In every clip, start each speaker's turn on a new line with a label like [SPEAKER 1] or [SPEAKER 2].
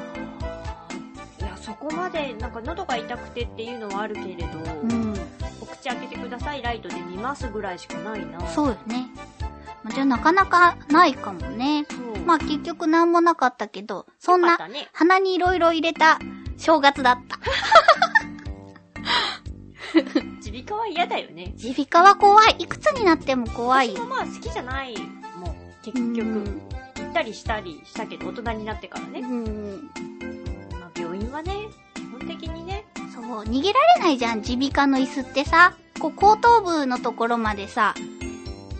[SPEAKER 1] いやそこまでなんか喉が痛くてっていうのはあるけれど、
[SPEAKER 2] うん。
[SPEAKER 1] お口開けてくださいライトで見ますぐらいしかないな
[SPEAKER 2] そうよね。まあじゃあなかなかないかもね。
[SPEAKER 1] そう
[SPEAKER 2] まあ結局なんもなかったけど、そん
[SPEAKER 1] よ
[SPEAKER 2] な
[SPEAKER 1] かったね。
[SPEAKER 2] 鼻にいろいろ入れた正月だった。
[SPEAKER 1] 耳鼻科は嫌だよね。
[SPEAKER 2] 耳鼻科は怖い。いくつになっても怖い
[SPEAKER 1] 私。もまあ好きじゃないもん。結
[SPEAKER 2] う
[SPEAKER 1] 局
[SPEAKER 2] ん、
[SPEAKER 1] 行ったりしたりしたけど、大人になってからね。
[SPEAKER 2] うん。
[SPEAKER 1] まあ病院はね、基本的にね、
[SPEAKER 2] そう、逃げられないじゃん、耳鼻科の椅子ってさ。こう、後頭部のところまでさ、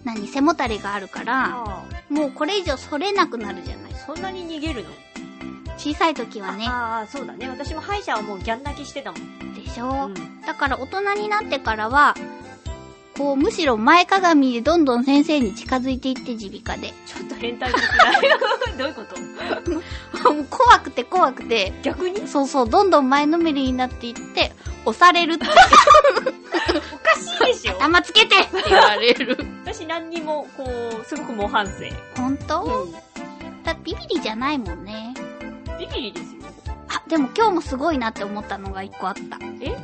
[SPEAKER 2] 何、背もたれがあるから、
[SPEAKER 1] あ
[SPEAKER 2] もうこれ以上反れなくなるじゃない。
[SPEAKER 1] あそんなに逃げるの
[SPEAKER 2] 小さい時はね。
[SPEAKER 1] ああ、そうだね。私も歯医者はもうギャン泣きしてたもん。
[SPEAKER 2] でしょ、
[SPEAKER 1] うん
[SPEAKER 2] だから大人になってからは、こう、むしろ前かがみでどんどん先生に近づいていって、耳鼻科で。
[SPEAKER 1] ちょっと変態的 な。どういうこ と
[SPEAKER 2] もう怖くて怖くて、
[SPEAKER 1] 逆に
[SPEAKER 2] そうそう、どんどん前のめりになっていって、押されるって、
[SPEAKER 1] おかしいでしょ
[SPEAKER 2] 頭つけてって言われ る。
[SPEAKER 1] 私何にも、こう、すごく模範生。
[SPEAKER 2] ほんと
[SPEAKER 1] うん
[SPEAKER 2] だってビビリじゃないもんね。
[SPEAKER 1] ビビリですよ。
[SPEAKER 2] あ、でも今日もすごいなって思ったのが一個あった。
[SPEAKER 1] え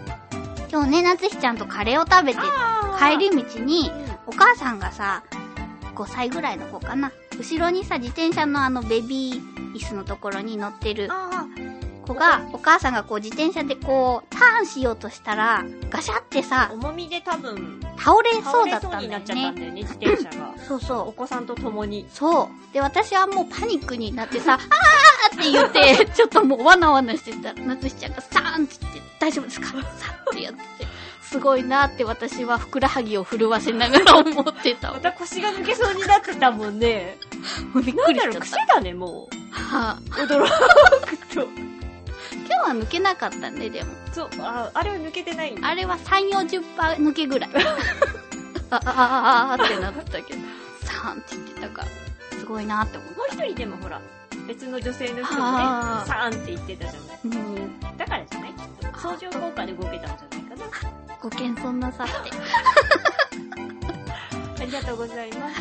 [SPEAKER 2] 今日ね、夏日ちゃんとカレーを食べて、
[SPEAKER 1] あ
[SPEAKER 2] 帰り道に
[SPEAKER 1] う、ん
[SPEAKER 2] お母さんがさ、5歳ぐらいの子かな。後ろにさ、自転車のあのベビー椅子のところに乗ってる
[SPEAKER 1] あ
[SPEAKER 2] 子が、お母さんがこう自転車でこう、ターンしようとしたら、ガシャって
[SPEAKER 1] あ、
[SPEAKER 2] さ、
[SPEAKER 1] 重みで多分、
[SPEAKER 2] 倒れそ
[SPEAKER 1] 倒
[SPEAKER 2] うだ
[SPEAKER 1] れ
[SPEAKER 2] った
[SPEAKER 1] そうに
[SPEAKER 2] んだ
[SPEAKER 1] な
[SPEAKER 2] よ
[SPEAKER 1] っちゃったん
[SPEAKER 2] ね。
[SPEAKER 1] だよね、自転車 が。
[SPEAKER 2] そうそう
[SPEAKER 1] お。子さんと共に。
[SPEAKER 2] そう。で、私はもうパニックになってさ、あーって言って、 ちょっともうわなわなしてたら、夏日ちゃんがサーンって言って、大丈夫ですかさーってやってて、すごいなーって私はふくらはぎを震わせながら思ってた。
[SPEAKER 1] ま
[SPEAKER 2] も
[SPEAKER 1] た腰が抜けそうになってたもんね。
[SPEAKER 2] うびっ
[SPEAKER 1] な
[SPEAKER 2] く
[SPEAKER 1] ん
[SPEAKER 2] り
[SPEAKER 1] だ
[SPEAKER 2] し
[SPEAKER 1] ろ
[SPEAKER 2] ち
[SPEAKER 1] う、
[SPEAKER 2] ゃっ
[SPEAKER 1] 癖
[SPEAKER 2] た。
[SPEAKER 1] だね、も
[SPEAKER 2] はあ
[SPEAKER 1] う。驚く と。
[SPEAKER 2] 今日は抜けなかったね、でも。
[SPEAKER 1] そう、あ、あれは抜けてないんだ。
[SPEAKER 2] あれは3、40%パー抜けぐらい。あああああってなってたけど、サーンって言ってたから、すごいなーって思っ
[SPEAKER 1] もう一人でもほら、別の女性の人もね、
[SPEAKER 2] あー
[SPEAKER 1] サーンって言ってたじゃない。
[SPEAKER 2] た。もうん、
[SPEAKER 1] だからじゃないきっと。相乗効果で動けたんじゃないかな。
[SPEAKER 2] ご謙遜なさって。
[SPEAKER 1] ありがとうございます。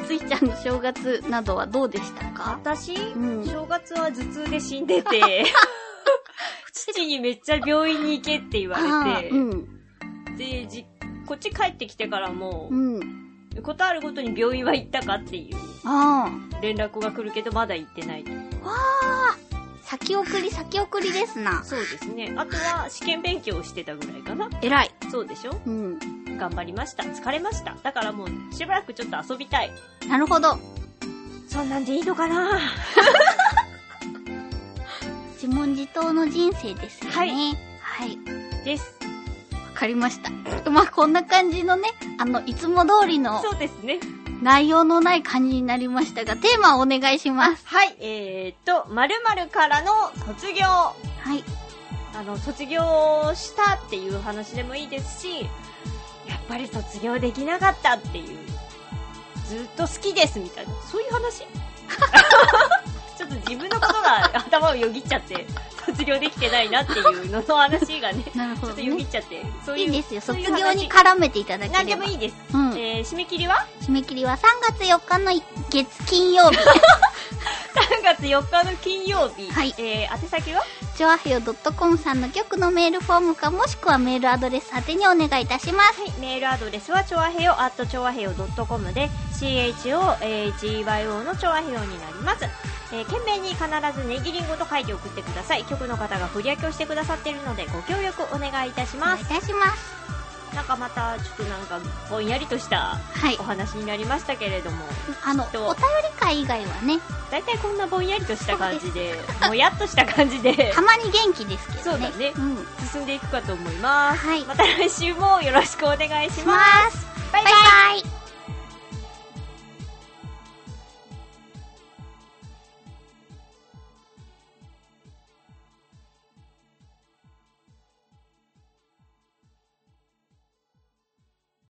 [SPEAKER 2] 夏日ちゃんの正月などはどうでしたか
[SPEAKER 1] 私、
[SPEAKER 2] ん
[SPEAKER 1] 正月は頭痛で死んで て、父にめっちゃ病院に行けって言われて、
[SPEAKER 2] うん。
[SPEAKER 1] で、じ、こっち帰ってきてからも
[SPEAKER 2] う、ん。
[SPEAKER 1] ことあるごとに病院は行ったかっていう
[SPEAKER 2] あ
[SPEAKER 1] 連絡が来るけど、まだ行ってない。
[SPEAKER 2] あ。先送り、先送りですな。
[SPEAKER 1] そうですね。あとは、試験勉強をしてたぐらいかな。
[SPEAKER 2] 偉い。
[SPEAKER 1] そうでしょ
[SPEAKER 2] うん。
[SPEAKER 1] 頑張りました。疲れました。だからもう、しばらくちょっと遊びたい。
[SPEAKER 2] なるほど。う
[SPEAKER 1] そんなんでいいのかな
[SPEAKER 2] 自問自答の人生ですよね。
[SPEAKER 1] はい
[SPEAKER 2] はい。
[SPEAKER 1] です。
[SPEAKER 2] わかりました。まあ、こんな感じのね、あの、いつも通りの
[SPEAKER 1] そうですね。
[SPEAKER 2] 内容のない感じになりましたが、テーマをお願いします。
[SPEAKER 1] はい、えー、っと、〇〇からの卒業。
[SPEAKER 2] はい。
[SPEAKER 1] あの、卒業したっていう話でもいいですし、やっぱり卒業できなかったっていう、ずっと好きですみたいな、そういう話 ちょっと自分のことが 頭をよぎっちゃって、卒業できてないなっていうのの 話がね、
[SPEAKER 2] なる
[SPEAKER 1] ち
[SPEAKER 2] ほ
[SPEAKER 1] ょっ
[SPEAKER 2] ど、
[SPEAKER 1] とよ
[SPEAKER 2] ね
[SPEAKER 1] ぎっ。ちゃって、そう
[SPEAKER 2] い
[SPEAKER 1] いう。
[SPEAKER 2] いですよ。
[SPEAKER 1] そう
[SPEAKER 2] 卒
[SPEAKER 1] いう
[SPEAKER 2] 業に絡めていただければ。
[SPEAKER 1] 何でもいいです。
[SPEAKER 2] うん。
[SPEAKER 1] えー、締め切りは
[SPEAKER 2] 締め切りは3月4日の月金曜日。
[SPEAKER 1] ?3 月4日の金曜日。
[SPEAKER 2] はい
[SPEAKER 1] えー、宛先は
[SPEAKER 2] ジョアヘヨ .com さんの局のメールフォームかもしくはメールアドレス宛てにお願いいたします。
[SPEAKER 1] はい、メールアドレスは、ちょわへよ、at ちょわへよ .com で、CHOAHEYO のちょわへよになります。えー、懸命に必ずネギリンゴと書いて送ってください。局の方が振り分けをしてくださっているので、ご協力お願いいたし
[SPEAKER 2] お願
[SPEAKER 1] ま
[SPEAKER 2] いい
[SPEAKER 1] す。
[SPEAKER 2] たします。
[SPEAKER 1] なんかまた、ちょっとなんか、ぼんやりとした
[SPEAKER 2] はい
[SPEAKER 1] お。話になりましたけれども、
[SPEAKER 2] あの、
[SPEAKER 1] き
[SPEAKER 2] お
[SPEAKER 1] っ
[SPEAKER 2] 便
[SPEAKER 1] と
[SPEAKER 2] り会以外はね、
[SPEAKER 1] だいたいこんなぼんやりとした感じで、 もやっとした感じで
[SPEAKER 2] た、まに元気ですけどね。
[SPEAKER 1] そうだね
[SPEAKER 2] うん。
[SPEAKER 1] 進んでいくかと思います。
[SPEAKER 2] はい
[SPEAKER 1] また来週もよろしくお願いし
[SPEAKER 2] し
[SPEAKER 1] ま。
[SPEAKER 2] ますす。
[SPEAKER 1] バイバイ
[SPEAKER 2] バイバイ